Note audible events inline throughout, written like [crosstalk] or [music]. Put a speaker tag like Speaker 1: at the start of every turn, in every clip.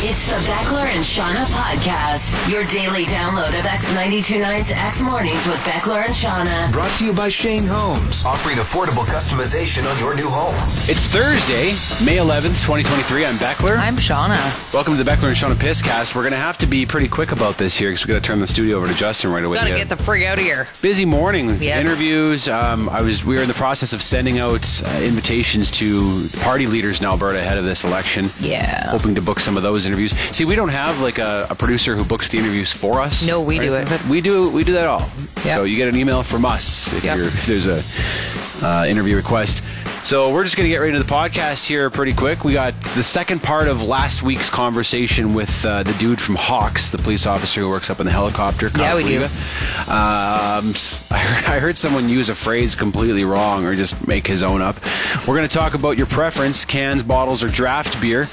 Speaker 1: It's the Beckler and Shauna podcast, your daily download of X92 Nights, X Mornings with Beckler and Shauna.
Speaker 2: Brought to you by Shane Holmes, offering affordable customization on your new home.
Speaker 3: It's Thursday, May 11th, 2023. I'm Beckler.
Speaker 4: I'm Shauna.
Speaker 3: Welcome to the Beckler and Shauna Pisscast. We're going to have to be pretty quick about this here because we got to turn the studio over to Justin right away.
Speaker 4: Gotta
Speaker 3: Yeah.
Speaker 4: get the frig out of here.
Speaker 3: Busy morning.
Speaker 4: Yes.
Speaker 3: Interviews. Um, I was. We were in the process of sending out uh, invitations to party leaders in Alberta ahead of this election.
Speaker 4: Yeah.
Speaker 3: Hoping to book some of those interviews. See, we don't have like a, a producer who books the interviews for us.
Speaker 4: No, we
Speaker 3: or
Speaker 4: do
Speaker 3: anything
Speaker 4: it.
Speaker 3: like that. We do. We do that all.
Speaker 4: Yeah.
Speaker 3: So you get an email from us if,
Speaker 4: Yep.
Speaker 3: you're, if there's a uh, interview request. So we're just going to get right into the podcast here pretty quick. We got the second part of last week's conversation with uh, the dude from Hawks, the police officer who works up in the helicopter. Kyle
Speaker 4: Yeah, we do.
Speaker 3: Kaliga. Um, s- I heard, I heard someone use a phrase completely wrong or just make his own up. We're going to talk about your preference cans, bottles, or draft beer.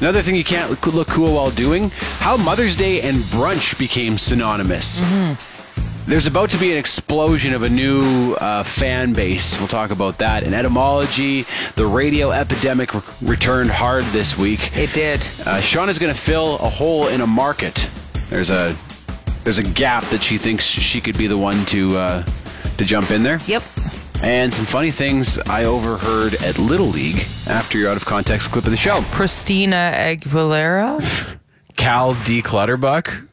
Speaker 3: Another thing you can't look, look cool while doing how Mother's Day and brunch became synonymous.
Speaker 4: Mm-hmm.
Speaker 3: There's about to be an explosion of a new uh, fan base. We'll talk about that. And etymology, the radio epidemic re- returned hard this week.
Speaker 4: It did.
Speaker 3: Uh, Shauna's going to fill a hole in a market. There's a there's a gap that she thinks she could be the one to uh, to jump in there.
Speaker 4: Yep.
Speaker 3: And some funny things I overheard at Little League after your out of context clip of the show.
Speaker 4: Christina Aguilera.
Speaker 3: Cal D. Clutterbuck.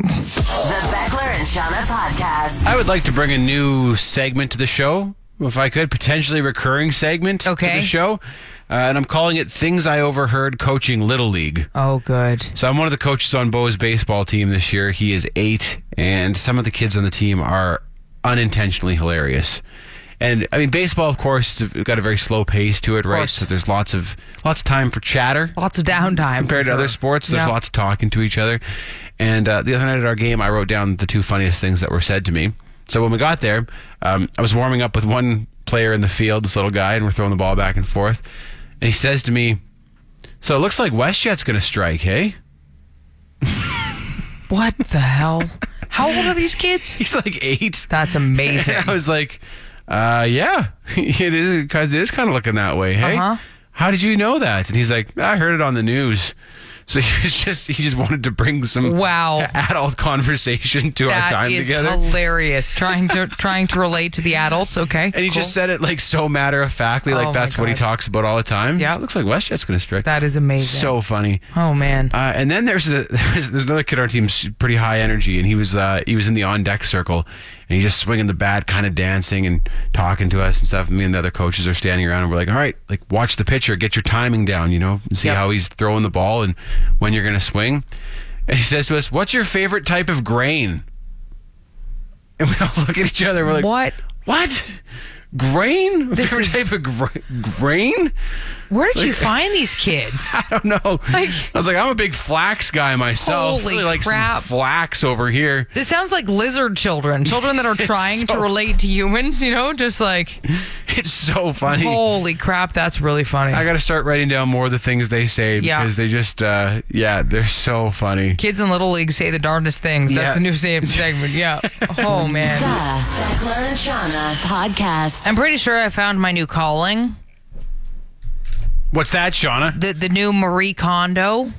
Speaker 1: The Beckler and Shauna podcast.
Speaker 3: I would like to bring a new segment to the show, if I could, potentially recurring segment to
Speaker 4: Okay.
Speaker 3: the show. Uh, and I'm calling it Things I Overheard Coaching Little League.
Speaker 4: Oh, good.
Speaker 3: So I'm one of the coaches on Bo's baseball team this year. He is eight, and some of the kids on the team are unintentionally hilarious. And I mean, baseball, of course, it's got a very slow pace to it, right?
Speaker 4: course.
Speaker 3: So there's lots of lots of time for chatter
Speaker 4: Lots of downtime
Speaker 3: compared to
Speaker 4: for
Speaker 3: other
Speaker 4: sure.
Speaker 3: sports. There's
Speaker 4: Yeah.
Speaker 3: lots of talking to each other. And uh, the other night at our game, I wrote down the two funniest things that were said to me. So when we got there, um, I was warming up with one player in the field, this little guy, and we're throwing the ball back and forth. And he says to me, "So it looks like WestJet's going to strike, hey?"
Speaker 4: What the hell? How old are these kids?
Speaker 3: He's like eight.
Speaker 4: That's
Speaker 3: [laughs]
Speaker 4: amazing.
Speaker 3: And I was like, uh, yeah, [laughs] it is because it is kind of looking that way. Hey,
Speaker 4: Uh-huh.
Speaker 3: how did you know that? And he's like, I heard it on the news. So [laughs] he was just he just wanted to bring some
Speaker 4: Wow.
Speaker 3: adult conversation to our
Speaker 4: That
Speaker 3: time
Speaker 4: is
Speaker 3: together.
Speaker 4: hilarious. Trying to trying to relate to the adults. Okay.
Speaker 3: and he just said it like so matter of factly, like
Speaker 4: Oh my
Speaker 3: that's what he
Speaker 4: God.
Speaker 3: talks about all the time.
Speaker 4: Yeah.
Speaker 3: So it looks like WestJet's going to strike.
Speaker 4: that is amazing.
Speaker 3: so funny.
Speaker 4: oh man.
Speaker 3: Uh, and then there's a [laughs] there's, there's another kid on our team, s- pretty high energy, and he was uh, he was in the on deck circle, and he's just swinging the bat, kind of dancing and talking to us and stuff. And me and the other coaches are standing around, and we're like, all right, like watch the pitcher, get your timing down, you know, and see
Speaker 4: Yep.
Speaker 3: how he's throwing the ball and when you're gonna swing. And he says to us, "What's your favorite type of grain?" And we all [laughs] look at each other. We're like,
Speaker 4: what?
Speaker 3: What? Grain?
Speaker 4: This
Speaker 3: favorite
Speaker 4: is-
Speaker 3: type of gra- grain?"
Speaker 4: Where did you find these kids?
Speaker 3: [laughs] I don't know.
Speaker 4: Like-
Speaker 3: I was like, I'm a big flax guy myself.
Speaker 4: Holy
Speaker 3: really like
Speaker 4: crap.
Speaker 3: some flax over here. [laughs]
Speaker 4: This sounds like lizard children, children that are trying
Speaker 3: so-
Speaker 4: to relate to humans. You know,
Speaker 3: [laughs]
Speaker 4: just like
Speaker 3: It's so funny.
Speaker 4: holy crap, that's really funny.
Speaker 3: I got to start writing down more of the things they say
Speaker 4: Yeah.
Speaker 3: because they just, uh, yeah, they're so funny.
Speaker 4: Kids in Little League say the darndest things. That's
Speaker 3: Yeah.
Speaker 4: the new se- segment. Yeah.
Speaker 3: [laughs]
Speaker 4: Oh,
Speaker 1: The
Speaker 4: man.
Speaker 1: Beckler and Shauna podcast.
Speaker 4: I'm pretty sure I found my new calling.
Speaker 3: What's that, Shauna?
Speaker 4: The the new Marie Kondo. Do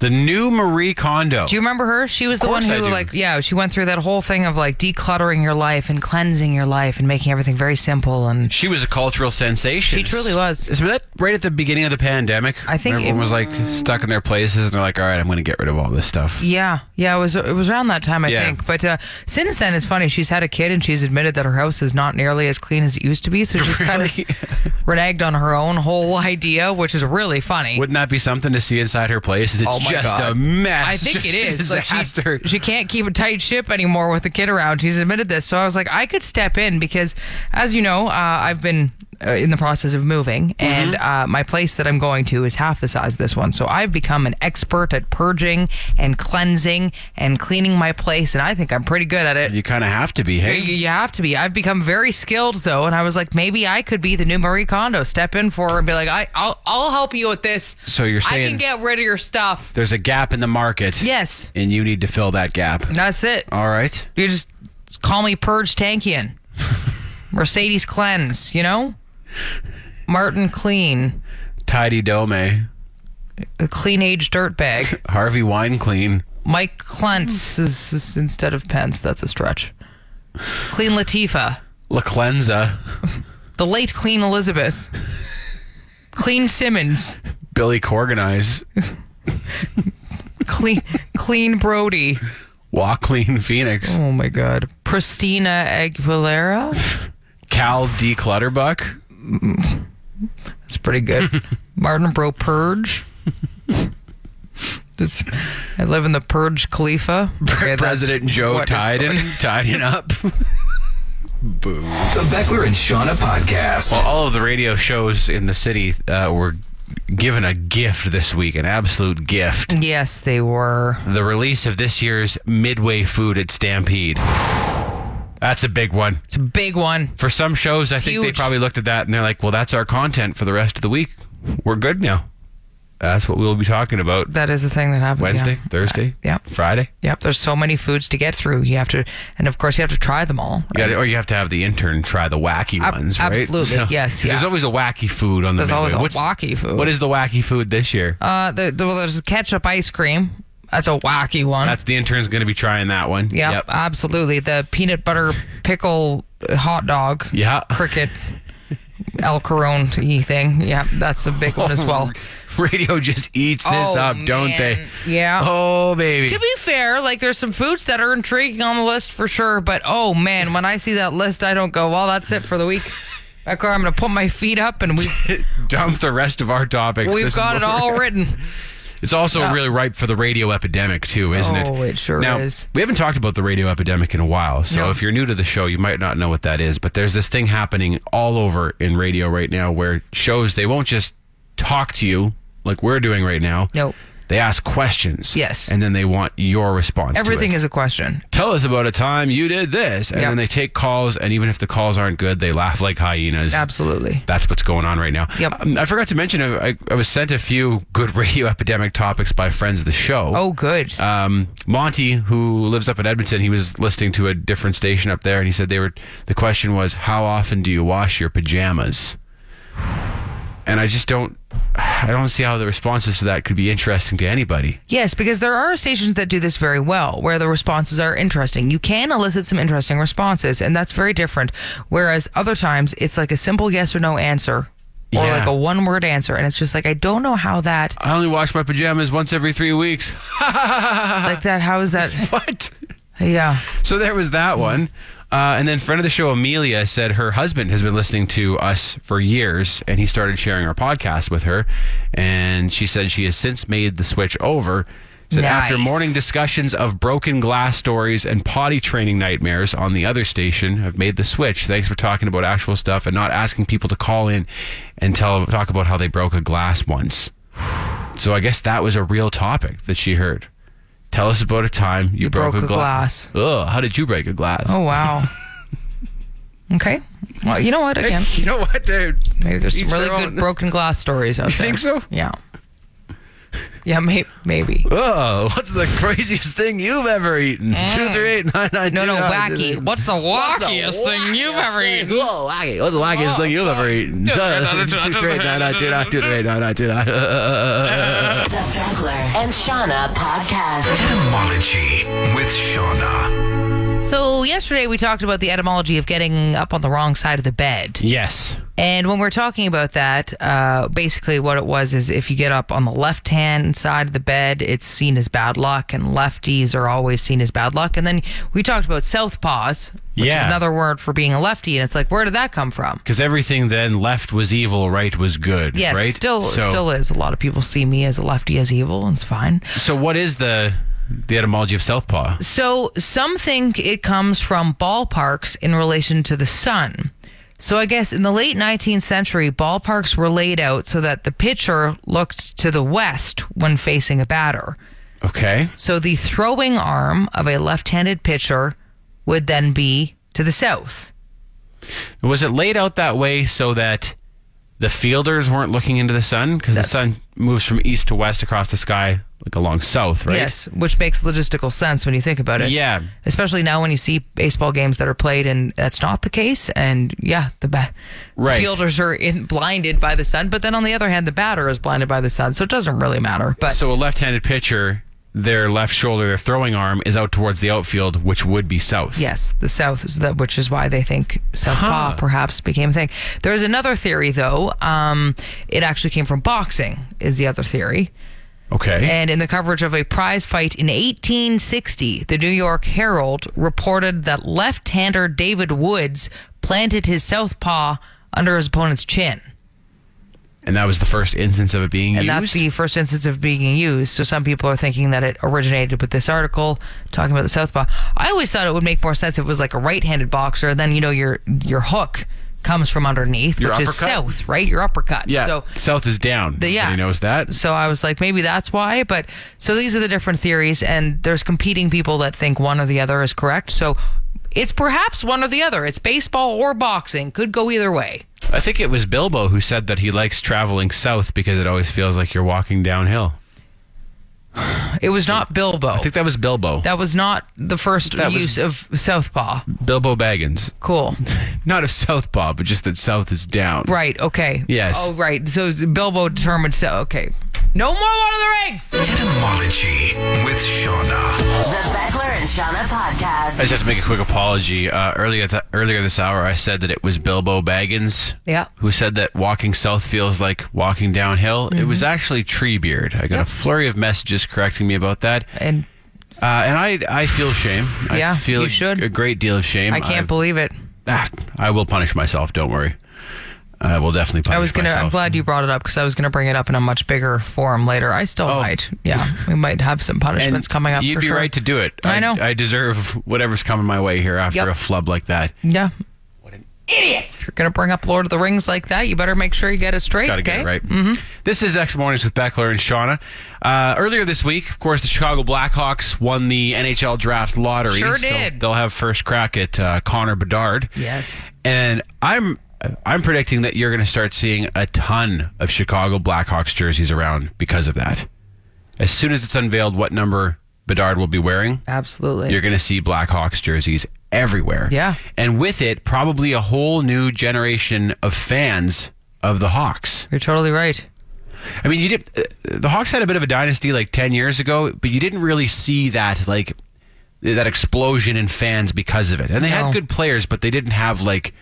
Speaker 3: The new Marie Kondo.
Speaker 4: you remember her? She was the one
Speaker 3: course
Speaker 4: who
Speaker 3: I do.
Speaker 4: like yeah, she went through that whole thing of like decluttering your life and cleansing your life and making everything very simple and
Speaker 3: she was a cultural sensation.
Speaker 4: She truly was.
Speaker 3: Is that right at the beginning of the pandemic?
Speaker 4: I think
Speaker 3: When everyone
Speaker 4: it-
Speaker 3: was like stuck in their places and they're like, all right, I'm going to get rid of all this stuff.
Speaker 4: yeah, yeah, it was it was around that time I
Speaker 3: Yeah.
Speaker 4: think. But uh, since then, it's funny. She's had a kid and she's admitted that her house is not nearly as clean as it used to be.
Speaker 3: [laughs]
Speaker 4: So she's kind of [laughs] reneged on her own whole [laughs] idea, which is really funny.
Speaker 3: Wouldn't that be something to see inside her place? It's
Speaker 4: Oh my
Speaker 3: just
Speaker 4: God.
Speaker 3: a mess.
Speaker 4: I think
Speaker 3: Just
Speaker 4: it
Speaker 3: a [laughs]
Speaker 4: is. Like, she-
Speaker 3: disaster.
Speaker 4: she, can't keep a tight ship anymore with the kid around. She's admitted this. So I was like, I could step in because, as you know, uh, I've been uh, in the process of
Speaker 3: Mm-hmm.
Speaker 4: moving, and uh, my place that I'm going to is half the size of this one. So I've become an expert at purging and cleansing and cleaning my place, and I think I'm pretty good at it.
Speaker 3: You kind of have to be, hey?
Speaker 4: You, you have to be. I've become very skilled though, and I was like, maybe I could be the new Marie Kondo. Step in for her and be like, I, I'll, I'll help you with this.
Speaker 3: So you're
Speaker 4: I
Speaker 3: saying
Speaker 4: can get rid of your stuff.
Speaker 3: there's a gap in the market.
Speaker 4: Yes.
Speaker 3: And you need to fill that gap.
Speaker 4: That's it.
Speaker 3: All right.
Speaker 4: You just call me Purge Tankian, Mercedes Cleanse, you know? Martin Clean.
Speaker 3: Tidy Dome.
Speaker 4: a clean age dirtbag.
Speaker 3: eh? Harvey Wine Clean.
Speaker 4: Mike Clentz is, is instead of Pence. That's a stretch. Clean Latifa.
Speaker 3: La Cleanza.
Speaker 4: The late Clean Elizabeth. Clean Simmons.
Speaker 3: Billy Corgan Eyes.
Speaker 4: Clean Clean Brody.
Speaker 3: Walk Clean Phoenix.
Speaker 4: Oh my God. Pristina Aguilera.
Speaker 3: Cal D. Clutterbuck.
Speaker 4: That's pretty good.
Speaker 3: [laughs]
Speaker 4: Martin Bro Purge. That's, I live in the Purge Khalifa. Okay, that's
Speaker 3: President Joe
Speaker 4: what is
Speaker 3: Tiden. [laughs] Tiden up. Boo.
Speaker 2: The Beckler and Shauna podcast.
Speaker 3: All of the radio shows in the city uh, were given a gift this week, an absolute gift.
Speaker 4: going- Yes, they were.
Speaker 3: The release of this year's Midway Food at Stampede. [sighs] That's a big one.
Speaker 4: It's a big one.
Speaker 3: For some shows, I
Speaker 4: It's
Speaker 3: think they
Speaker 4: huge.
Speaker 3: probably looked at that and they're like, well, that's our content for the rest of the week. We're good now. That's what we'll be talking about
Speaker 4: That is the thing that happened. yeah.
Speaker 3: Wednesday, Thursday,
Speaker 4: Uh, yeah.
Speaker 3: Friday.
Speaker 4: Yep, there's so many foods to get through. You have to, and of course, you have to try them all.
Speaker 3: You gotta, or you have to have the intern try the wacky
Speaker 4: Ab-
Speaker 3: ones, right?
Speaker 4: absolutely, yes,
Speaker 3: 'cause There's
Speaker 4: yeah.
Speaker 3: always a wacky food on the
Speaker 4: There's
Speaker 3: menu.
Speaker 4: always a
Speaker 3: What's-
Speaker 4: wacky food.
Speaker 3: What is the wacky food this year?
Speaker 4: Uh, there, there, well, there's ketchup ice cream. That's a wacky one.
Speaker 3: That's the intern's going to be trying that one.
Speaker 4: yep, Uh, absolutely. The peanut butter pickle uh, hot dog.
Speaker 3: Yeah.
Speaker 4: Cricket. El Caron y thing. Yeah, that's a big one as well.
Speaker 3: [laughs] Radio just eats this
Speaker 4: Oh,
Speaker 3: up, don't
Speaker 4: man.
Speaker 3: they?
Speaker 4: Yeah.
Speaker 3: Oh, baby.
Speaker 4: To be fair, like there's some foods that are intriguing on the list for sure, but oh man, when I see that list, I don't go, well, that's it for
Speaker 3: [laughs]
Speaker 4: the week. Like, I'm going to put my feet up and we've,
Speaker 3: Dump the rest of our topics. This [laughs]
Speaker 4: we've
Speaker 3: is
Speaker 4: got it
Speaker 3: what we're- [laughs]
Speaker 4: all written.
Speaker 3: It's also really ripe for the radio epidemic, too, isn't it?
Speaker 4: Oh, it sure
Speaker 3: now,
Speaker 4: is.
Speaker 3: We haven't talked about the radio epidemic in a while. So
Speaker 4: No.
Speaker 3: if you're new to the show, you might not know what that is. But there's this thing happening all over in radio right now where shows, they won't just talk to you like we're doing right now.
Speaker 4: No.
Speaker 3: They ask questions.
Speaker 4: Yes.
Speaker 3: And then they want your response
Speaker 4: Everything
Speaker 3: to it.
Speaker 4: is a question.
Speaker 3: Tell us about a time you did this. And
Speaker 4: Yeah.
Speaker 3: then they take calls. And even if the calls aren't good, they laugh like hyenas.
Speaker 4: Absolutely.
Speaker 3: That's what's going on right now.
Speaker 4: Yep.
Speaker 3: Um, I forgot to mention, I, I- I was sent a few good [laughs] radio epidemic topics by friends of the show.
Speaker 4: Oh, good.
Speaker 3: Um, Monty, who lives up in Edmonton, he was listening to a different station up there, and he said they were. The question was, how often do you wash your pajamas? [sighs] And I just don't, I don't see how the responses to that could be interesting to anybody.
Speaker 4: Yes, because there are stations that do this very well, where the responses are interesting. You can elicit some interesting responses, and that's very different. Whereas other times, it's like a simple yes or no answer, or
Speaker 3: Yeah.
Speaker 4: like a one word answer. And it's just like, I don't know how that,
Speaker 3: I only wash my pajamas once every three weeks. [laughs]
Speaker 4: like that, how is that?
Speaker 3: What?
Speaker 4: Yeah.
Speaker 3: So there was that one. Uh, and then friend of the show Amelia said her husband has been listening to us for years, and he started sharing our podcast with her. And she said she has since made the switch over. Said after
Speaker 4: Nice.
Speaker 3: morning discussions of broken glass stories and potty training nightmares on the other station, I've made the switch. Thanks for talking about actual stuff and not asking people to call in and tell talk about how they broke a glass once. So I guess that was a real topic that she heard. Tell us about a time you, broke, a, glass. Ugh, how did you break a glass?
Speaker 4: Oh, wow. okay. Well, you know what? Again,
Speaker 3: [laughs] You know what, dude?
Speaker 4: maybe there's some
Speaker 3: each
Speaker 4: really
Speaker 3: their
Speaker 4: good
Speaker 3: own.
Speaker 4: broken glass stories out
Speaker 3: You
Speaker 4: there.
Speaker 3: think so?
Speaker 4: Yeah. Yeah, may- maybe.
Speaker 3: Oh, what's the craziest thing you've ever eaten? Two three eight nine nine.
Speaker 4: Eh. No, no,
Speaker 3: 29.
Speaker 4: wacky. What's the wackiest thing you've ever eaten?
Speaker 3: Whoa, wacky. What's the wackiest thing you've ever [laughs] eaten? Two three eight nine nine two nine two three eight nine nine two nine. [laughs]
Speaker 1: The Beckler and Shauna podcast.
Speaker 2: Etymology with Shauna.
Speaker 4: So, yesterday we talked about the etymology of getting up on the wrong side of the bed.
Speaker 3: Yes.
Speaker 4: And when we we're talking about that, uh, basically what it was is if you get up on the left hand side of the bed, it's seen as bad luck, and lefties are always seen as bad luck. And then we talked about southpaws, which
Speaker 3: Yeah.
Speaker 4: is another word for being a lefty. And it's like, where did that come from?
Speaker 3: Because everything then left was evil, right was good.
Speaker 4: Yes,
Speaker 3: right?
Speaker 4: still, still is. A lot of people see me as a lefty as evil, and it's fine.
Speaker 3: So what is the the etymology of southpaw?
Speaker 4: So some think it comes from ballparks in relation to the sun. So I guess in the late 19th century, ballparks were laid out so that the pitcher looked to the west when facing a batter.
Speaker 3: Okay.
Speaker 4: So the throwing arm of a left-handed pitcher would then be to the south.
Speaker 3: Was it laid out that way so that The fielders weren't looking into the sun because the sun moves from east to west across the sky, like along south, right?
Speaker 4: Yes, which makes logistical sense when you think about it.
Speaker 3: Yeah.
Speaker 4: Especially now when you see baseball games that are played and that's not the case. And yeah, the ba-
Speaker 3: Right.
Speaker 4: fielders are in, blinded by the sun. But then on the other hand, the batter is blinded by the sun. So it doesn't really matter. But
Speaker 3: So a left-handed pitcher, their left shoulder, their throwing arm is out towards the outfield, which would be south.
Speaker 4: Yes, the South is the, which is why they think Southpaw
Speaker 3: Huh.
Speaker 4: perhaps became a thing. There's another theory though. Um, it actually came from boxing is the other theory.
Speaker 3: Okay.
Speaker 4: And in the coverage of a prize fight in 1860, the New York Herald reported that left-hander David Woods planted his southpaw under his opponent's chin.
Speaker 3: and that was the first instance of it being
Speaker 4: And
Speaker 3: used.
Speaker 4: that's the first instance of being used. So some people are thinking that it originated with this article talking about the southpaw. I always thought it would make more sense if it was like a right-handed boxer. Then you know your your hook comes from underneath,
Speaker 3: Your
Speaker 4: which is
Speaker 3: uppercut?
Speaker 4: south, right? Your uppercut.
Speaker 3: yeah.
Speaker 4: So
Speaker 3: south is down.
Speaker 4: The- yeah.
Speaker 3: Everybody knows that.
Speaker 4: so I was like, maybe that's why. But so these are the different theories, and there's competing people that think one or the other is correct. So it's perhaps one or the other. It's baseball or boxing. Could go either way.
Speaker 3: I think it was Bilbo who said that he likes traveling south because it always feels like you're walking downhill.
Speaker 4: It was not Bilbo.
Speaker 3: I think that was Bilbo.
Speaker 4: that was not the first
Speaker 3: That was-
Speaker 4: use of southpaw.
Speaker 3: Bilbo Baggins. [laughs]
Speaker 4: Cool.
Speaker 3: Not a southpaw, but just that south is down.
Speaker 4: Right. Okay.
Speaker 3: Yes.
Speaker 4: Oh, right. So Bilbo determined. So okay. No more Lord of the Rings.
Speaker 2: Etymology with Shauna.
Speaker 1: The Beckler and Shauna
Speaker 3: I
Speaker 1: Podcast.
Speaker 3: just have to make a quick apology. Uh, earlier, th- earlier this hour, I said that it was Bilbo Baggins,
Speaker 4: Yeah.
Speaker 3: who said that walking south feels like walking downhill. It
Speaker 4: Mm-hmm.
Speaker 3: was actually Treebeard. I got a flurry of messages correcting me about that, uh,
Speaker 4: And
Speaker 3: and I I feel shame.
Speaker 4: Yeah,
Speaker 3: I feel
Speaker 4: you should.
Speaker 3: a great deal of shame.
Speaker 4: I can't
Speaker 3: I,
Speaker 4: believe it.
Speaker 3: ah, I will punish myself. Don't worry. I will definitely punish
Speaker 4: I was gonna. I'm
Speaker 3: myself.
Speaker 4: glad you brought it up because I was gonna bring it up in a much bigger forum later. I still might. Yeah. we might have some
Speaker 3: Oh. And
Speaker 4: punishments coming up.
Speaker 3: You'd
Speaker 4: for
Speaker 3: be
Speaker 4: sure.
Speaker 3: right to do it.
Speaker 4: I know.
Speaker 3: I deserve whatever's coming my way here after
Speaker 4: Yep.
Speaker 3: a flub like that.
Speaker 4: Yeah. What an idiot! If you're gonna bring up Lord of the Rings like that, you better make sure you get it straight.
Speaker 3: Got to
Speaker 4: okay?
Speaker 3: get it right. Mm-hmm. This is X Mornings with Beckler and Shauna. Uh, earlier this week, of course, the Chicago Blackhawks won the NHL draft lottery.
Speaker 4: Sure
Speaker 3: so
Speaker 4: did.
Speaker 3: they'll have first crack at uh, Connor Bedard.
Speaker 4: Yes.
Speaker 3: And I'm I'm predicting that you're going to start seeing a ton of Chicago Blackhawks jerseys around because of that. As soon as it's unveiled what number Bedard will be wearing,
Speaker 4: Absolutely.
Speaker 3: you're going to see Blackhawks jerseys everywhere.
Speaker 4: Yeah.
Speaker 3: And with it, probably a whole new generation of fans of the Hawks.
Speaker 4: You're totally right.
Speaker 3: I mean, you did. Uh, the Hawks had a bit of a dynasty like ten years ago, but you didn't really see that like that explosion in fans because of it. And they
Speaker 4: No.
Speaker 3: had good players, but they didn't have like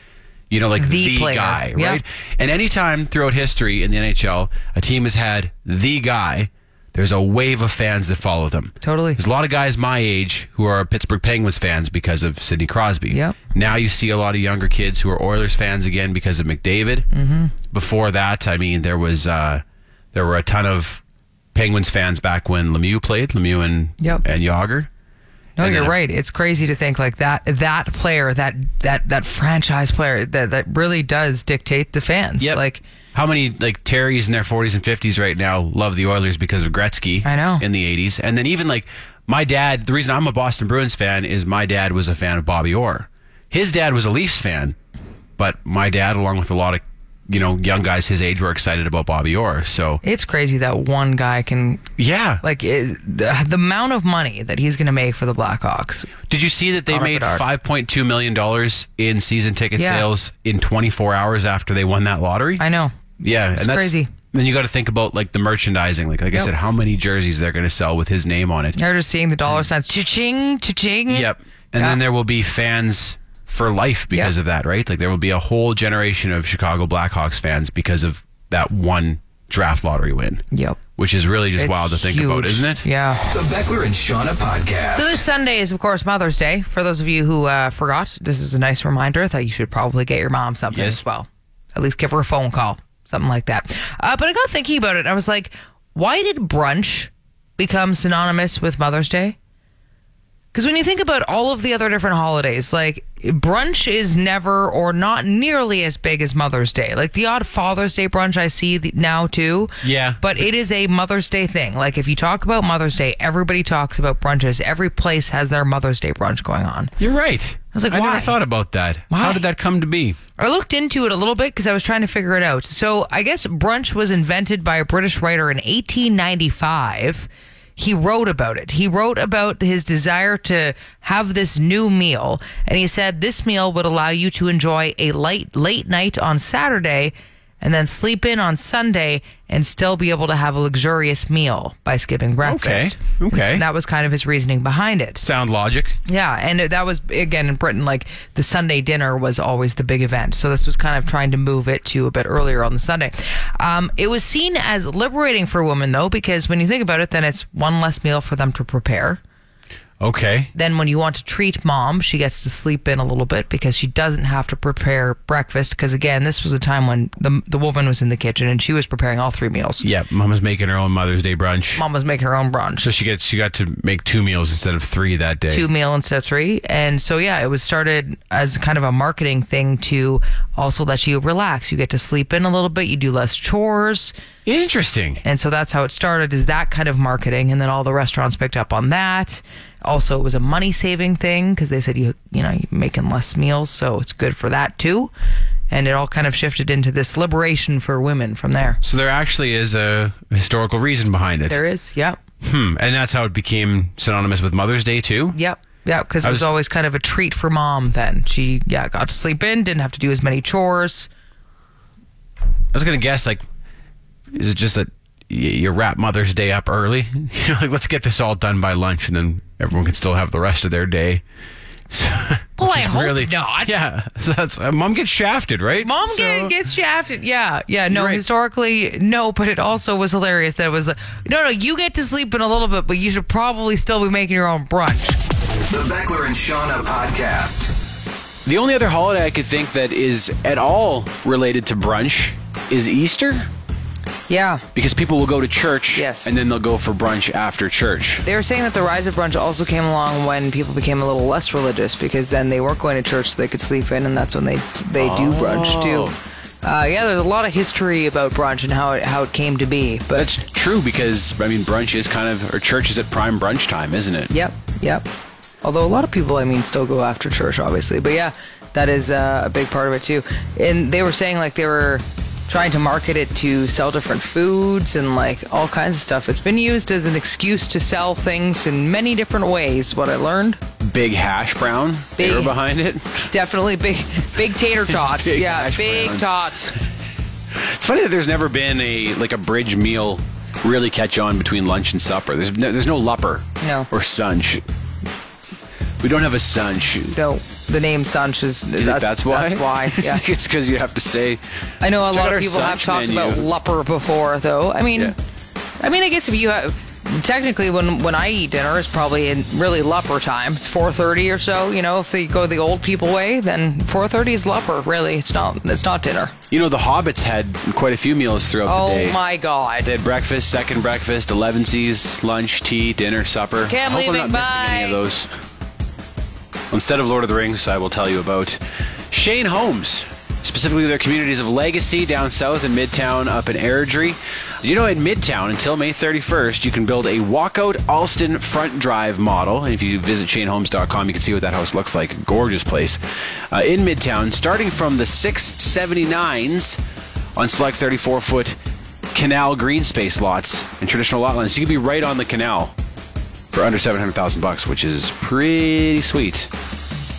Speaker 3: you know like
Speaker 4: The
Speaker 3: the,
Speaker 4: player.
Speaker 3: guy,
Speaker 4: Yeah.
Speaker 3: right? And anytime throughout history in the NHL, a team has had the guy. There's a wave of fans that follow them.
Speaker 4: Totally.
Speaker 3: There's a lot of guys my age who are Pittsburgh Penguins fans because of Sidney Crosby.
Speaker 4: Yep.
Speaker 3: Now you see a lot of younger kids who are Oilers fans again because of McDavid. Mm-hmm. Before that, I mean, there was uh, there were a ton of Penguins fans back when Lemieux played, Lemieux and
Speaker 4: Yep.
Speaker 3: and Yager.
Speaker 4: No,
Speaker 3: And
Speaker 4: you're
Speaker 3: then-
Speaker 4: right. It's crazy to think like that. That player, that that that franchise player, that that really does dictate the fans.
Speaker 3: Yep.
Speaker 4: Like
Speaker 3: how many like Terry's in their 40s and 50s right now love the Oilers because of Gretzky?
Speaker 4: I know.
Speaker 3: in the 80s, and then even like my dad. The reason I'm a Boston Bruins fan is my dad was a fan of Bobby Orr. His dad was a Leafs fan, but my dad, along with a lot of you know young guys his age, were excited about Bobby Orr. So
Speaker 4: it's crazy that one guy can
Speaker 3: yeah,
Speaker 4: like it, the, the amount of money that he's going to make for the Blackhawks.
Speaker 3: Did you see that they
Speaker 4: Connor
Speaker 3: made
Speaker 4: Bedard.
Speaker 3: five point two million dollars in season ticket
Speaker 4: Yeah.
Speaker 3: sales in twenty four hours after they won that lottery?
Speaker 4: I know.
Speaker 3: yeah,
Speaker 4: it's crazy.
Speaker 3: Then you got to think about like the merchandising, like like
Speaker 4: Yep.
Speaker 3: I said, how many jerseys they're going to sell with his name on it.
Speaker 4: They're just seeing the dollar signs, cha-ching, cha-ching.
Speaker 3: Mm. Yep, and
Speaker 4: Yeah.
Speaker 3: then there will be fans for life because
Speaker 4: Yeah.
Speaker 3: of that, right? Like there will be a whole generation of Chicago Blackhawks fans because of that one draft lottery win.
Speaker 4: Yep.
Speaker 3: which is really just
Speaker 4: It's
Speaker 3: wild to think about,
Speaker 4: huge.
Speaker 3: isn't it?
Speaker 4: Yeah.
Speaker 2: The Beckler and Shauna
Speaker 4: So this
Speaker 2: podcast.
Speaker 4: Sunday is, of course, Mother's Day. For those of you who uh, forgot, this is a nice reminder that you should probably get your mom something
Speaker 3: Yes.
Speaker 4: as well. At least give her a phone call, something like that. Uh, but I got thinking about it. and I was like, why did brunch become synonymous with Mother's Day? Because when you think about all of the other different holidays, like brunch is never or not nearly as big as Mother's Day. Like the odd Father's Day brunch I see the, now too.
Speaker 3: Yeah.
Speaker 4: But it is a Mother's Day thing. Like if you talk about Mother's Day, everybody talks about brunches. Every place has their Mother's Day brunch going on.
Speaker 3: You're right. I
Speaker 4: was like,
Speaker 3: I
Speaker 4: why?
Speaker 3: never thought about that.
Speaker 4: Why?
Speaker 3: How did that come to be?
Speaker 4: I looked into it a little bit because I was trying to figure it out. So I guess brunch was invented by a British writer in 1895. He wrote about it. He wrote about his desire to have this new meal, and he said this meal would allow you to enjoy a late late night on Saturday, and then sleep in on Sunday, and still be able to have a luxurious meal by skipping breakfast.
Speaker 3: Okay. Okay.
Speaker 4: And that was kind of his reasoning behind it.
Speaker 3: Sound logic.
Speaker 4: Yeah, and that was again in Britain. Like the Sunday dinner was always the big event, so this was kind of trying to move it to a bit earlier on the Sunday. Um, it was seen as liberating for women, though, because when you think about it, then it's one less meal for them to prepare.
Speaker 3: Okay.
Speaker 4: Then, when you want to treat mom, she gets to sleep in a little bit because she doesn't have to prepare breakfast. Because again, this was a time when the the woman was in the kitchen and she was preparing all three meals.
Speaker 3: Yeah, Mama's making her own Mother's Day brunch.
Speaker 4: Mom was making her own brunch.
Speaker 3: So she gets she got to make two meals instead of three that day.
Speaker 4: two meal instead of three. And so, yeah, it was started as kind of a marketing thing to also let you relax. You get to sleep in a little bit, you do less chores.
Speaker 3: Interesting.
Speaker 4: And so that's how it started is that kind of marketing. And then all the restaurants picked up on that. Also, it was a money saving thing because they said, you, you know, you're making less meals. So it's good for that too. And it all kind of shifted into this liberation for women from there.
Speaker 3: So there actually is a historical reason behind it.
Speaker 4: There is. Yep.
Speaker 3: Hmm. And that's how it became synonymous with Mother's Day too.
Speaker 4: Yep. Yeah, because it
Speaker 3: I
Speaker 4: was,
Speaker 3: was-
Speaker 4: always kind of a treat for mom. Then she, yeah, got to sleep in, didn't have to do as many chores.
Speaker 3: I was gonna guess like, is it just that y- you wrap Mother's Day up early? [laughs] You know, like let's get this all done by lunch, and then everyone can still have the rest of their day.
Speaker 4: Well, I
Speaker 3: It's
Speaker 4: hope not.
Speaker 3: Yeah. [laughs] So that's uh, mom gets shafted, right?
Speaker 4: Mom
Speaker 3: So-
Speaker 4: get, gets shafted. Yeah, yeah. No,
Speaker 3: You're right.
Speaker 4: historically, no. But it also was hilarious that it was. Like, no, no. You get to sleep in a little bit, but you should probably still be making your own brunch.
Speaker 2: The Beckler and Shauna podcast.
Speaker 5: The only other holiday I could think that is at all related to brunch is Easter
Speaker 4: Yeah,
Speaker 5: because people will go to church
Speaker 4: Yes.
Speaker 5: and then they'll go for brunch after church.
Speaker 4: they were saying that the rise of brunch also came along when people became a little less religious because then they weren't going to church, so they could sleep in, and that's when they they do brunch too.
Speaker 3: Oh.
Speaker 4: Uh, yeah, there's a lot of history about brunch and how it how it came to be, but
Speaker 5: That's true because I mean brunch is kind of or church is at prime brunch time, isn't it?
Speaker 4: Yep, yep. Although a lot of people, I mean, still go after church, obviously. But yeah, that is uh, a big part of it too. And they were saying like they were trying to market it to sell different foods and like all kinds of stuff. It's been used as an excuse to sell things in many different ways. What I learned,
Speaker 5: Big hash brown. They
Speaker 4: Big-
Speaker 5: were behind it.
Speaker 4: definitely big, big tater tots.
Speaker 5: [laughs] Big
Speaker 4: yeah,
Speaker 5: hash
Speaker 4: big
Speaker 5: brown.
Speaker 4: tots.
Speaker 5: It's funny that there's never been a like a bridge meal really catch on between lunch and supper. There's no, there's no lupper.
Speaker 4: No.
Speaker 5: Or sunch. We don't have a sunch. Do
Speaker 4: No, the name Sanchez.
Speaker 5: you think that's why?
Speaker 4: That's why. Yeah.
Speaker 5: it's because [laughs] you have to say.
Speaker 4: I know a
Speaker 5: Check
Speaker 4: lot
Speaker 5: out
Speaker 4: of
Speaker 5: our
Speaker 4: people have
Speaker 5: Sunch
Speaker 4: talked
Speaker 5: menu.
Speaker 4: about lupper before, though. I mean,
Speaker 5: Yeah.
Speaker 4: I mean, I guess if you have, technically when when I eat dinner, it's probably in really lupper time. It's four thirty or so. You know, if they go the old people way, then four thirty is lupper. Really, it's not. It's not dinner.
Speaker 5: You know, the hobbits had quite a few meals throughout the
Speaker 4: Oh
Speaker 5: day.
Speaker 4: my
Speaker 5: They
Speaker 4: god.
Speaker 5: had breakfast, second breakfast, elevensies, lunch, tea, dinner, supper.
Speaker 4: Okay, I'm
Speaker 5: I hope
Speaker 4: leaving.
Speaker 5: I'm not missing any of
Speaker 4: Bye.
Speaker 5: those. Instead of Lord of the Rings, I will tell you about Shane Holmes, specifically their communities of Legacy down south and Midtown up in Airdrie. You know, in Midtown, until May 31st, you can build a walkout Alston front drive model. And if you visit shaneholmes.com, you can see what that house looks like. Gorgeous place. Uh, in Midtown, starting from the 679s on select 34 foot canal green space lots and traditional lot lines. You can be right on the canal for under 700,000 bucks, which is pretty sweet.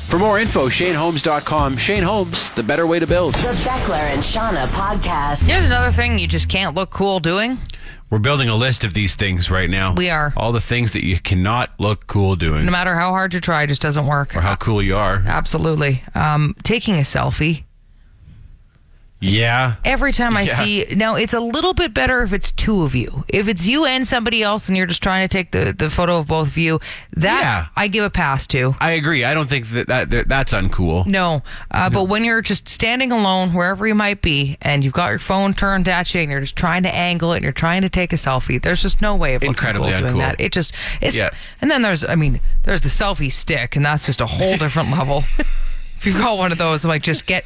Speaker 5: For more info, shaneholmes.com. Shane Holmes, the better way to build.
Speaker 1: The Beckler and Shauna podcast.
Speaker 4: Here's another thing you just can't look cool doing.
Speaker 3: We're building a list of these things right now.
Speaker 4: We are.
Speaker 3: All the things that you cannot look cool doing
Speaker 4: No matter how hard you try, it just doesn't work.
Speaker 3: or how cool you are.
Speaker 4: Absolutely. Um, taking a selfie.
Speaker 3: Yeah.
Speaker 4: Every time I
Speaker 3: Yeah.
Speaker 4: see now, it's a little bit better if it's two of you. If it's you and somebody else, and you're just trying to take the, the photo of both of you, that
Speaker 3: Yeah.
Speaker 4: I give a pass to.
Speaker 3: I agree. I don't think that, that, that that's
Speaker 4: [laughs]
Speaker 3: uncool.
Speaker 4: No, uh, but when you're just standing alone, wherever you might be, and you've got your phone turned at you, and you're just trying to angle it, and you're trying to take a selfie, there's just no way of looking
Speaker 3: Incredibly
Speaker 4: cool doing
Speaker 3: uncool.
Speaker 4: that. It just, it's,
Speaker 3: Yeah.
Speaker 4: and then there's, I mean, there's the selfie stick, and that's just a whole
Speaker 3: [laughs]
Speaker 4: different level. If you've got one of those, I'm like, just get,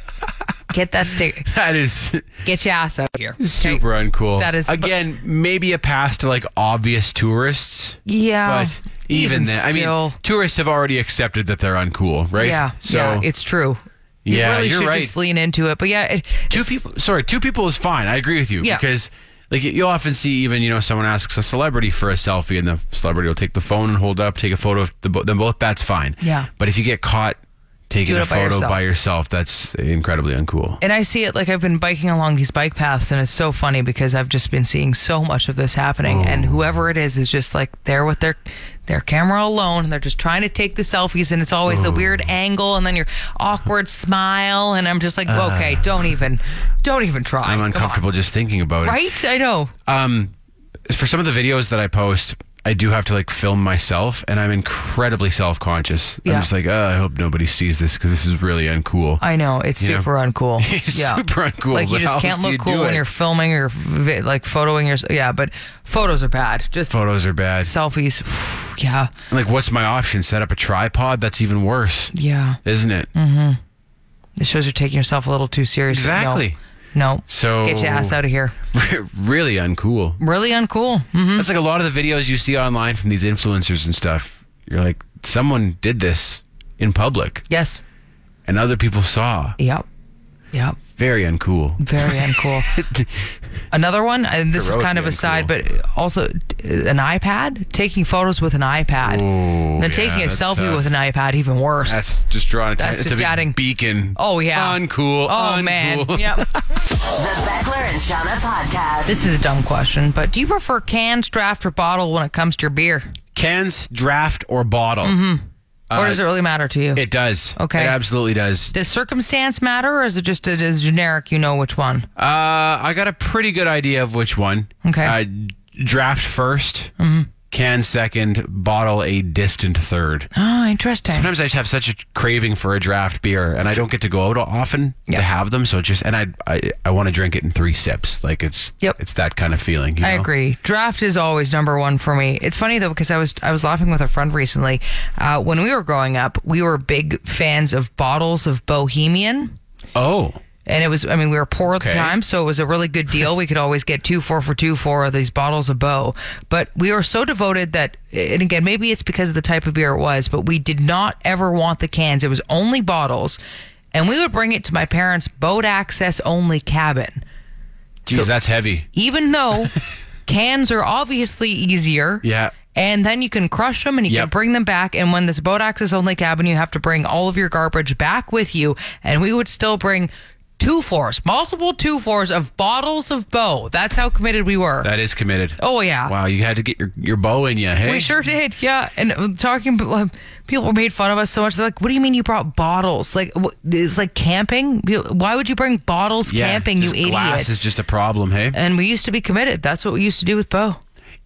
Speaker 4: get that stick,
Speaker 3: That is
Speaker 4: get your ass out of here. okay?
Speaker 3: super uncool.
Speaker 4: That is-
Speaker 3: again maybe a pass to like obvious tourists.
Speaker 4: Yeah.
Speaker 3: But even, then, I mean, tourists have already accepted that they're uncool, right?
Speaker 4: yeah,
Speaker 3: So
Speaker 4: yeah, it's true. You
Speaker 3: Yeah,
Speaker 4: really
Speaker 3: you're
Speaker 4: should
Speaker 3: right.
Speaker 4: just lean into it. But yeah, it,
Speaker 3: two
Speaker 4: it's-
Speaker 3: people. Sorry, two people is fine. I agree with you
Speaker 4: Yeah.
Speaker 3: because like you'll often see even you know someone asks a celebrity for a selfie and the celebrity will take the phone and hold up, take a photo of the, bo- them both. That's fine.
Speaker 4: Yeah.
Speaker 3: But if you get caught taking
Speaker 4: Do
Speaker 3: a
Speaker 4: it by
Speaker 3: photo
Speaker 4: yourself. Eh,
Speaker 3: by yourself, that's incredibly uncool.
Speaker 4: and I see it like I've been biking along these bike paths, and it's so funny because I've just been seeing so much of this happening.
Speaker 3: Oh.
Speaker 4: And whoever it is is just like there with their their camera alone, and they're just trying to take the selfies, and it's always the weird
Speaker 3: Oh.
Speaker 4: angle, and then your awkward smile, and I'm just like, okay, don't even, don't even try.
Speaker 3: Uh. I'm
Speaker 4: Come on.
Speaker 3: uncomfortable just thinking about it.
Speaker 4: right? I know.
Speaker 3: um, for some of the videos that I post, I do have to like film myself, and I'm incredibly self conscious.
Speaker 4: Yeah.
Speaker 3: I'm just like, oh, I hope nobody sees this because this is really uncool.
Speaker 4: I know it's
Speaker 3: Yeah.
Speaker 4: super uncool.
Speaker 3: [laughs] It's super uncool,
Speaker 4: Like you
Speaker 3: but how
Speaker 4: just
Speaker 3: else
Speaker 4: can't
Speaker 3: do
Speaker 4: look
Speaker 3: you
Speaker 4: cool
Speaker 3: do
Speaker 4: when
Speaker 3: it?
Speaker 4: you're filming or vi- like photoing your yeah. But photos are bad. Just
Speaker 3: Photos are bad.
Speaker 4: selfies. [sighs] yeah,
Speaker 3: And, like, what's my option? Set up a tripod? That's even worse,
Speaker 4: yeah.
Speaker 3: isn't it?
Speaker 4: Mm.
Speaker 3: [laughs]
Speaker 4: It shows you're taking yourself a little too seriously. No.
Speaker 3: Exactly.
Speaker 4: No.
Speaker 3: So-
Speaker 4: get your ass out of here.
Speaker 3: really uncool.
Speaker 4: Really uncool. hmm
Speaker 3: That's like a lot of the videos you see online from these influencers and stuff. You're like, someone did this in public,
Speaker 4: Yes.
Speaker 3: and other people saw.
Speaker 4: Yep. Yep.
Speaker 3: Very uncool.
Speaker 4: Very uncool.
Speaker 3: [laughs]
Speaker 4: Another one, and this
Speaker 3: Heroically
Speaker 4: is kind of aside,
Speaker 3: uncool.
Speaker 4: but also t- an iPad, taking photos with an iPad.
Speaker 3: Ooh,
Speaker 4: then
Speaker 3: Oh, yeah,
Speaker 4: taking a
Speaker 3: that's
Speaker 4: selfie
Speaker 3: tough.
Speaker 4: with an iPad, even worse.
Speaker 3: That's just drawing attention.
Speaker 4: That's
Speaker 3: it's
Speaker 4: just
Speaker 3: a big
Speaker 4: adding-
Speaker 3: beacon.
Speaker 4: oh, yeah.
Speaker 3: Uncool.
Speaker 4: Oh, man.
Speaker 3: [laughs] uncool.
Speaker 4: Yep.
Speaker 1: The Beckler and Shauna Podcast.
Speaker 4: This is a dumb question, but do you prefer cans, draft, or bottle when it comes to your beer?
Speaker 3: Cans, draft, or bottle.
Speaker 4: or does it really matter to you?
Speaker 3: Uh, It does.
Speaker 4: Mm-hmm. Okay.
Speaker 3: It absolutely does.
Speaker 4: does circumstance matter, or is it just as generic? You know which one.
Speaker 3: Uh, I got a pretty good idea of which one.
Speaker 4: Okay.
Speaker 3: Uh, draft 1st mm-hmm. can second, bottle a distant third.
Speaker 4: Oh, interesting.
Speaker 3: Sometimes I just have such a craving for a draft beer, and I don't get to go out often
Speaker 4: Yeah.
Speaker 3: to have them. So it just and I I, I want to drink it in three sips. Like it's
Speaker 4: Yep.
Speaker 3: it's that kind of feeling. you
Speaker 4: I
Speaker 3: know?
Speaker 4: agree. Draft is always number one for me. It's funny though because I was I was laughing with a friend recently. Uh, when we were growing up, we were big fans of bottles of Bohemian.
Speaker 3: Oh,
Speaker 4: And it was, I mean, we were poor at the
Speaker 3: Okay.
Speaker 4: time, so it was a really good deal. We could always get two, four for two, four of these bottles of Bo. But we were so devoted that, and again, maybe it's because of the type of beer it was, but we did not ever want the cans. It was only bottles. And we would bring it to my parents' boat access only cabin
Speaker 3: geez, that's heavy.
Speaker 4: even
Speaker 3: [laughs]
Speaker 4: though cans are obviously easier.
Speaker 3: Yeah.
Speaker 4: And then you can crush them and you can
Speaker 3: Yep.
Speaker 4: bring them back. And when this boat access only cabin, you have to bring all of your garbage back with you. And we would still bring two fours, multiple two fours of bottles of bow. That's how committed we were.
Speaker 3: That is committed.
Speaker 4: oh, yeah.
Speaker 3: Wow, you had to get your, your bow in you, hey?
Speaker 4: We sure did, yeah. And uh, talking, uh, people made fun of us so much. They're like, "What do you mean you brought bottles? Like, wh- it's like camping. You- Why would you bring bottles
Speaker 3: Yeah,
Speaker 4: camping, you
Speaker 3: just
Speaker 4: idiot?"
Speaker 3: Glass is just a problem, hey?
Speaker 4: and we used to be committed. That's what we used to do with bow.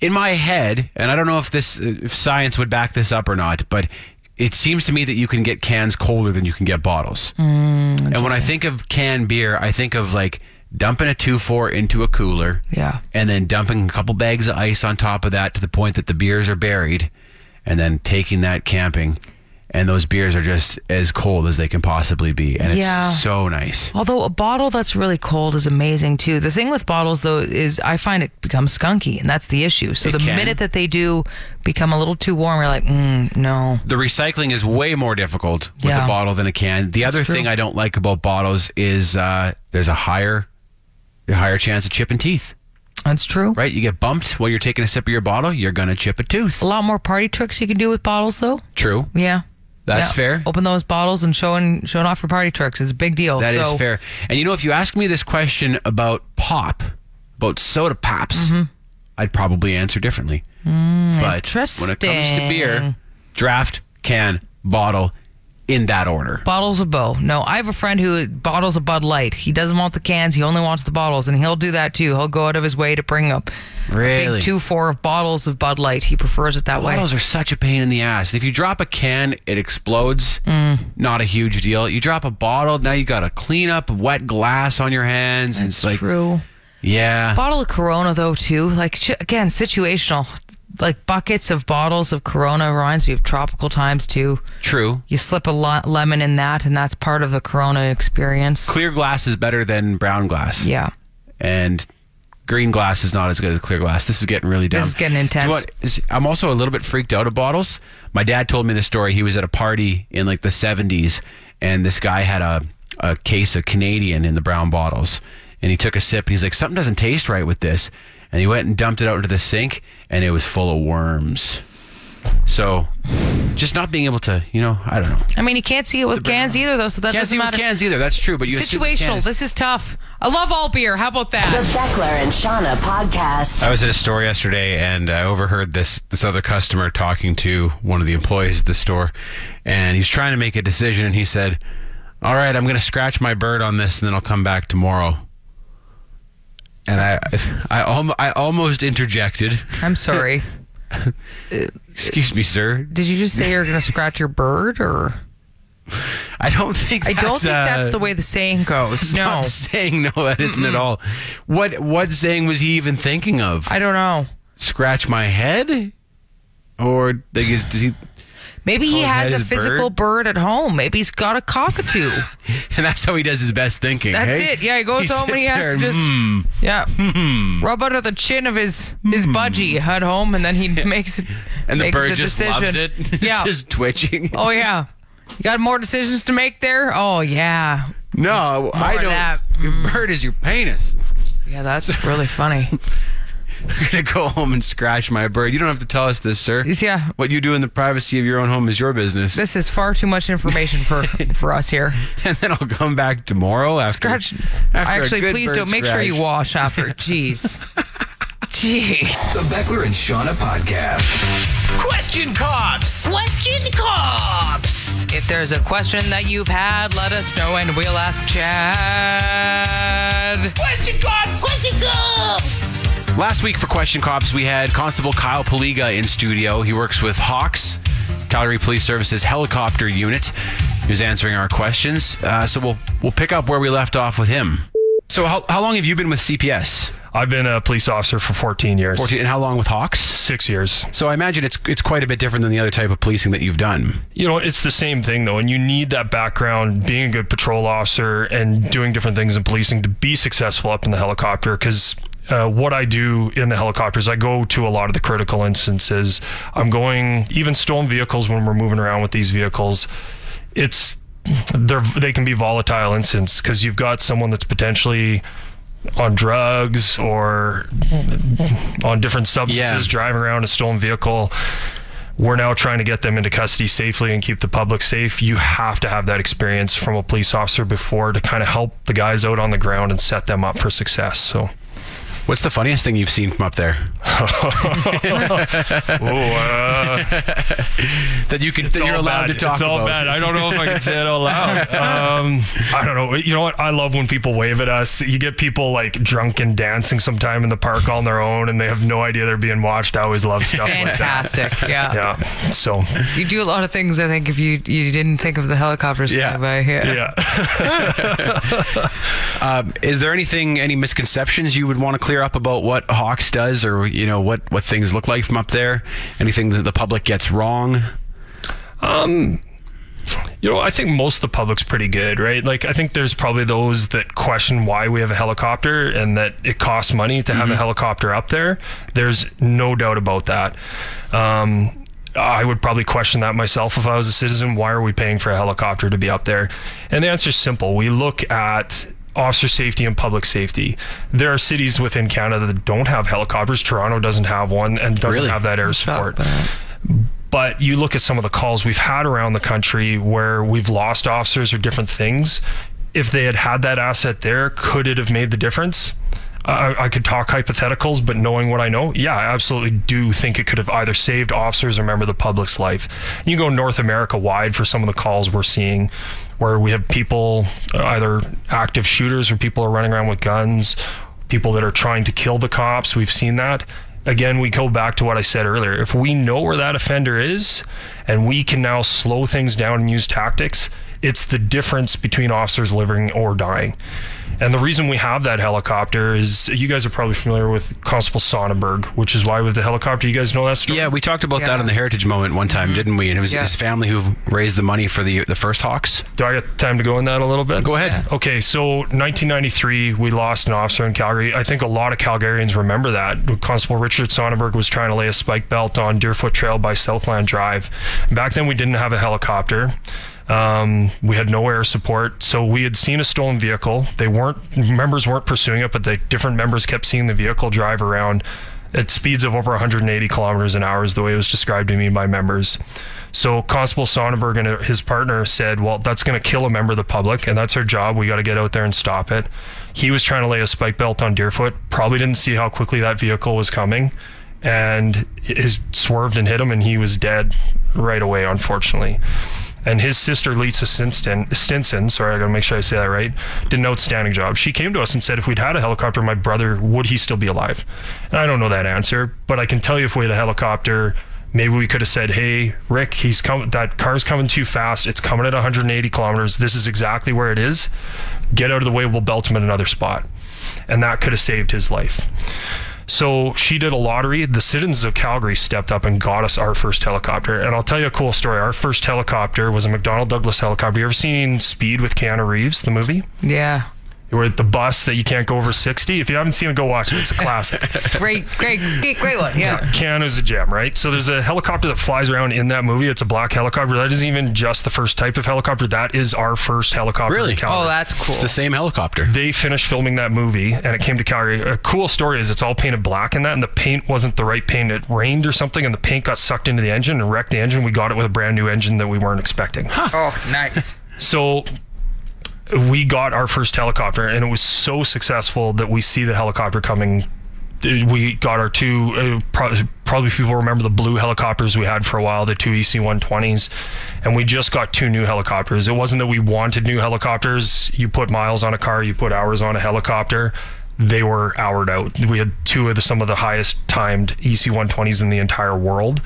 Speaker 3: in my head, and I don't know if this uh, if science would back this up or not, but it seems to me that you can get cans colder than you can get bottles. and when I think of canned beer, I think of like dumping a 2-4 into a cooler,
Speaker 4: Yeah.
Speaker 3: and then dumping a couple bags of ice on top of that to the point that the beers are buried, and then taking that camping. And those beers are just as cold as they can possibly be, and
Speaker 4: Yeah.
Speaker 3: it's so nice.
Speaker 4: Although a bottle that's really cold is amazing too. The thing with bottles though is I find it becomes skunky, and that's the issue. So
Speaker 3: It
Speaker 4: the
Speaker 3: can.
Speaker 4: minute that they do become a little too warm, you're like, mm, no.
Speaker 3: the recycling is way more difficult with
Speaker 4: Yeah.
Speaker 3: a bottle than a can. The other thing I don't like about bottles is uh, there's a higher a higher chance of chipping teeth.
Speaker 4: That's true.
Speaker 3: Right? You get bumped while you're taking a sip of your bottle, you're gonna chip a tooth.
Speaker 4: A lot more party tricks you can do with bottles though.
Speaker 3: True.
Speaker 4: Yeah.
Speaker 3: That's
Speaker 4: Yeah.
Speaker 3: fair.
Speaker 4: Open those bottles and showing showing off your party tricks is a big deal.
Speaker 3: That is
Speaker 4: so,
Speaker 3: fair. And you know, if you ask me this question about pop, about soda pops,
Speaker 4: Mm-hmm.
Speaker 3: I'd probably answer differently. but when it comes to
Speaker 4: Hmm, interesting.
Speaker 3: beer, draft, can, bottle, in that order.
Speaker 4: Bottles of Bo. No, I have a friend who bottles of Bud Light. He doesn't want the cans. He only wants the bottles, and he'll do that too. He'll go out of his way to bring up a
Speaker 3: Really?
Speaker 4: big two four of bottles of Bud Light. He prefers it that way.
Speaker 3: Bottles are such a pain in the ass. If you drop a can, it explodes.
Speaker 4: Mm.
Speaker 3: Not a huge deal. You drop a bottle, now you got to clean up wet glass on your hands. and it's like,
Speaker 4: True.
Speaker 3: yeah.
Speaker 4: Bottle of Corona though too. Like sh- again, situational. Like buckets of bottles of Corona reminds me of tropical times too.
Speaker 3: True.
Speaker 4: You slip a lo- lemon in that, and that's part of the Corona experience.
Speaker 3: Clear glass is better than brown glass.
Speaker 4: Yeah.
Speaker 3: and green glass is not as good as clear glass. This is getting really dumb.
Speaker 4: is getting intense.
Speaker 3: Do you know what is- I'm also a little bit freaked out of bottles. My dad told me this story. He was at a party in like the 70s, and this guy had a, a case of Canadian in the brown bottles. And he took a sip, and he's like, something doesn't taste right with this. And he went and dumped it out into the sink, and it was full of worms. So, just not being able to, you know, I don't know.
Speaker 4: I mean, you can't see it with cans either though, so that
Speaker 3: Can't
Speaker 4: doesn't
Speaker 3: see with
Speaker 4: matter.
Speaker 3: cans either. That's true, but you assume with
Speaker 4: situational.
Speaker 3: cans.
Speaker 4: This is tough. I love all beer. How about
Speaker 1: The
Speaker 4: that?
Speaker 1: Beckler and Shauna podcast.
Speaker 3: I was at a store yesterday and I overheard this this other customer talking to one of the employees at the store and he was trying to make a decision and he said, "All right, I'm going to scratch my bird on this and then I'll come back tomorrow." And I I, alm- I almost interjected. [laughs]
Speaker 4: I'm sorry.
Speaker 3: Excuse me, sir.
Speaker 4: Did you just say you're going to scratch your bird or
Speaker 3: I don't think
Speaker 4: I
Speaker 3: that's,
Speaker 4: don't think that's
Speaker 3: uh,
Speaker 4: the way the saying goes.
Speaker 3: that's
Speaker 4: No.
Speaker 3: not the [laughs] saying no that isn't at all. What what saying was he even thinking of?
Speaker 4: I don't know.
Speaker 3: scratch my head? Or like is does he
Speaker 4: Maybe he
Speaker 3: Calls
Speaker 4: has
Speaker 3: that
Speaker 4: a
Speaker 3: his
Speaker 4: physical bird? at home. Maybe he's got a cockatoo.
Speaker 3: [laughs] And that's how he does his best thinking.
Speaker 4: That's
Speaker 3: hey?
Speaker 4: it. Yeah, he goes home and
Speaker 3: sits
Speaker 4: he
Speaker 3: there
Speaker 4: has to
Speaker 3: and,
Speaker 4: just
Speaker 3: "Hmm."
Speaker 4: yeah rub under the chin of his his budgie at home,
Speaker 3: [laughs]
Speaker 4: and then he makes it.
Speaker 3: and the
Speaker 4: makes
Speaker 3: bird
Speaker 4: a
Speaker 3: just
Speaker 4: decision.
Speaker 3: loves it. [laughs] It's
Speaker 4: Yeah.
Speaker 3: just
Speaker 4: [laughs]
Speaker 3: twitching.
Speaker 4: oh yeah. You got more decisions to make there. Oh yeah.
Speaker 3: No, I
Speaker 4: of
Speaker 3: don't.
Speaker 4: that. Mm.
Speaker 3: Your bird is your penis. [laughs]
Speaker 4: Yeah, that's really funny.
Speaker 3: I'm gonna go home and scratch my bird. You don't have to tell us this, sir.
Speaker 4: Yeah.
Speaker 3: What you do in the privacy of your own home is your business.
Speaker 4: This is far too much information for for us here.
Speaker 3: [laughs] and then I'll come back tomorrow after.
Speaker 4: Scratch.
Speaker 3: after a
Speaker 4: Actually,
Speaker 3: good
Speaker 4: please
Speaker 3: bird
Speaker 4: don't. Make sure you
Speaker 3: scratch.
Speaker 4: wash
Speaker 3: [laughs]
Speaker 4: after. Jeez. Gee.
Speaker 2: The Beckler and Shauna Podcast.
Speaker 6: Question cops. Question cops.
Speaker 4: If there's a question that you've had, let us know and we'll ask Chad.
Speaker 6: Question cops. Question cops.
Speaker 3: Last week for Question Cops, we had Constable Kyle Paliga in studio. He works with Hawks, Calgary Police Services helicopter unit. He was answering our questions, uh, so we'll we'll pick up where we left off with him. So, how, how long have you been with CPS?
Speaker 7: I've been a police officer for 14 years.
Speaker 3: Fourteen, and how long with Hawks?
Speaker 7: Six years.
Speaker 3: So, I imagine it's it's quite a bit different than the other type of policing that you've done.
Speaker 7: You know, it's the same thing though, and you need that background, being a good patrol officer and doing different things in policing to be successful up in the helicopter. Because uh, what I do in the helicopters, I go to a lot of the critical instances. I'm going even stolen vehicles when we're moving around with these vehicles. It's they're they can be volatile incidents because you've got someone that's potentially on drugs or on different substances
Speaker 3: Yeah.
Speaker 7: driving around a stolen vehicle we're now trying to get them into custody safely and keep the public safe. You have to have that experience from a police officer before to kind of help the guys out on the ground and set them up for success. So,
Speaker 3: What's the funniest thing you've seen from up there
Speaker 7: oh, uh,
Speaker 3: that you could
Speaker 7: it's
Speaker 3: that you're
Speaker 7: all
Speaker 3: allowed
Speaker 7: bad.
Speaker 3: to talk
Speaker 7: It's all
Speaker 3: about?
Speaker 7: bad. I don't know if I can say it out loud.
Speaker 3: [laughs]
Speaker 7: Um, I don't know. You know what? I love when people wave at us. You get people like drunk and dancing sometime in the park on their own, and they have no idea they're being watched. I always love stuff like that.
Speaker 4: Fantastic.
Speaker 7: [laughs]
Speaker 4: Yeah.
Speaker 7: Yeah. So,
Speaker 4: You do a lot of things, I think, if you you didn't think of the helicopters
Speaker 3: Yeah.
Speaker 4: flying by here.
Speaker 7: yeah. [laughs]
Speaker 3: Um, is there anything, any misconceptions you would want to clear up about what Hawks does, or you know what what things look like from up there? Anything that the public gets wrong?
Speaker 7: you know, I think most of the public's pretty good, right? Like, I think there's probably those that question why we have a helicopter and that it costs money to have a helicopter up there. There's no doubt about that. Um, I would probably question that myself if I was a citizen. Why are we paying for a helicopter to be up there? And the answer is simple. We look at officer safety and public safety. There are cities within Canada that don't have helicopters. Toronto doesn't have one and doesn't
Speaker 3: Really?
Speaker 7: have that air
Speaker 4: Felt
Speaker 7: support
Speaker 4: bad.
Speaker 7: but you look at some of the calls we've had around the country where we've lost officers or different things. If they had had that asset there, could it have made the difference? I, I could talk hypotheticals, but knowing what I know, yeah, I absolutely do think it could have either saved officers or member of the public's life. You go North America wide for some of the calls we're seeing, where we have people uh, either active shooters or people are running around with guns, people that are trying to kill the cops. We've seen that. Again, we go back to what I said earlier. If we know where that offender is and we can now slow things down and use tactics, it's the difference between officers living or dying. And the reason we have that helicopter is you guys are probably familiar with Constable Sonnenberg, which is why with the helicopter, you guys know that story.
Speaker 3: Yeah, we talked about that
Speaker 4: Yeah. Mm-hmm.
Speaker 3: on the Heritage Moment one time, didn't we? And it was
Speaker 4: Yeah.
Speaker 3: his family who raised the money for the the first Hawks.
Speaker 7: Do I got time to go in that a little bit?
Speaker 3: Go ahead.
Speaker 7: Okay, so 1993, we lost an officer in Calgary. I think a lot of Calgarians remember that. Constable Richard Sonnenberg was trying to lay a spike belt on Deerfoot Trail by Southland Drive. Back then, we didn't have a helicopter. Um, we had no air support, so we had seen a stolen vehicle. They weren't members weren't pursuing it, but the different members kept seeing the vehicle drive around at speeds of over 180 kilometers an hour is the way it was described to me by members. So Constable Sonnenberg and his partner said, "Well, that's going to kill a member of the public, and that's our job. We got to get out there and stop it." He was trying to lay a spike belt on Deerfoot. Probably didn't see how quickly that vehicle was coming, and it swerved and hit him, and he was dead right away. Unfortunately. And his sister, Lisa Stinson, Stinson, sorry, I gotta make sure I say that right, did an outstanding job. She came to us and said, if we'd had a helicopter, my brother, would he still be alive? And I don't know that answer, but I can tell you if we had a helicopter, maybe we could have said, hey, Rick, he's coming, that car's coming too fast. It's coming at 180 kilometers. This is exactly where it is. Get out of the way. We'll belt him at another spot. And that could have saved his life. So she did a lottery. The citizens of Calgary stepped up and got us our first helicopter. And I'll tell you a cool story. Our first helicopter was a McDonnell Douglas helicopter. You ever seen Speed with Keanu Reeves, the movie?
Speaker 4: Yeah.
Speaker 7: Where the bus that you can't go over 60? If you haven't seen it, go watch it. It's a classic.
Speaker 4: Great, great, great, great one.
Speaker 7: [laughs]
Speaker 4: Yeah.
Speaker 7: Keanu's a gem, right? So there's a helicopter that flies around in that movie. It's a black helicopter. That isn't even just the first type of helicopter. That is our first helicopter. in
Speaker 3: Really?
Speaker 4: Oh,
Speaker 7: Calgary.
Speaker 4: that's
Speaker 3: It's the
Speaker 4: cool.
Speaker 3: same helicopter.
Speaker 7: they finished filming that movie and it came to Calgary. A cool story is it's all painted black in that, and the paint wasn't the right paint. It rained or something, and the paint got sucked into the engine and wrecked the engine. We got it with a brand new engine that we weren't expecting.
Speaker 4: Oh, nice.
Speaker 7: So we got our first helicopter, and it was so successful that we see the helicopter coming. We got our two, uh, pro- probably people remember the blue helicopters we had for a while, the two E EC 120s, and we just got two new helicopters. It wasn't that we wanted new helicopters. You put miles on a car, you put hours on a helicopter. They were houred out. We had two of the, some of the highest timed E EC 120s in the entire world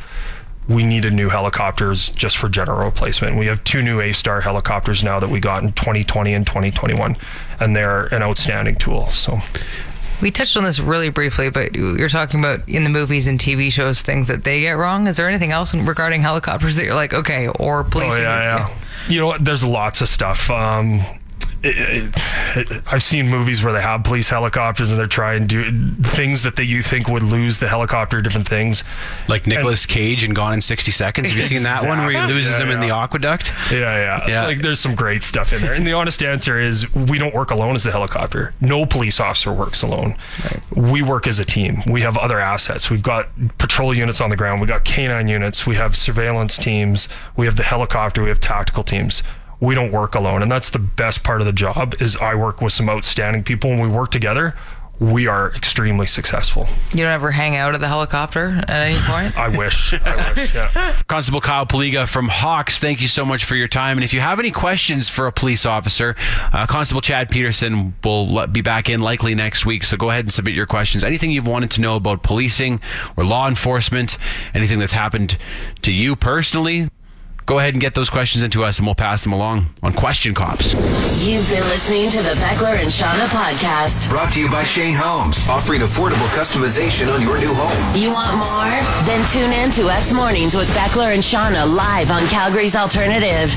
Speaker 7: we needed new helicopters just for general replacement. We have two new A Star helicopters now that we got in 2020 and 2021, and they're an outstanding tool. So,
Speaker 4: We touched on this really briefly, but you- you're talking about in the movies and TV shows things that they get wrong. Is there anything else in- regarding helicopters that you're like, okay, or
Speaker 7: oh,
Speaker 4: policing?
Speaker 7: yeah, yeah. You know, what? there's lots of stuff. Um, it, it, I've seen movies where they have police helicopters and they're trying to do things that they, you think would lose the helicopter, different things.
Speaker 3: Like Nicolas Cage and Gone in 60 Seconds. Have you seen that one where he loses
Speaker 7: Yeah,
Speaker 3: him in
Speaker 7: yeah.
Speaker 3: the aqueduct?
Speaker 7: Yeah, yeah,
Speaker 3: Yeah.
Speaker 7: Like there's some great stuff in there. And the honest answer is we don't work alone as the helicopter. No police officer works alone. We work as a team. We have other assets. We've got patrol units on the ground. We've got canine units. We have surveillance teams. We have the helicopter. We have tactical teams. We don't work alone. And that's the best part of the job is I work with some outstanding people and we work together. We are extremely successful.
Speaker 4: You don't ever hang out at the helicopter at any point?
Speaker 7: I wish. I wish. Yeah.
Speaker 3: Constable Kyle Paliga from Hawks, thank you so much for your time. And if you have any questions for a police officer, uh, Constable Chad Peterson will let, be back in likely next week. So go ahead and submit your questions. Anything you've wanted to know about policing or law enforcement, anything that's happened to you personally, go ahead and get those questions into us and we'll pass them along on Question Cops.
Speaker 1: You've been listening to the Beckler and Shauna podcast.
Speaker 2: Brought to you by Shane Holmes, offering affordable customization on your new home.
Speaker 1: You want more? Then tune in to X Mornings with Beckler and Shauna live on Calgary's Alternative,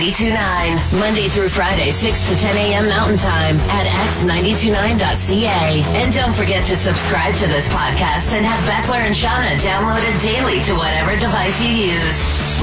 Speaker 1: X929, Monday through Friday, 6 to 10 a.m. Mountain Time at x929.ca. And don't forget to subscribe to this podcast and have Beckler and Shauna downloaded daily to whatever device you use.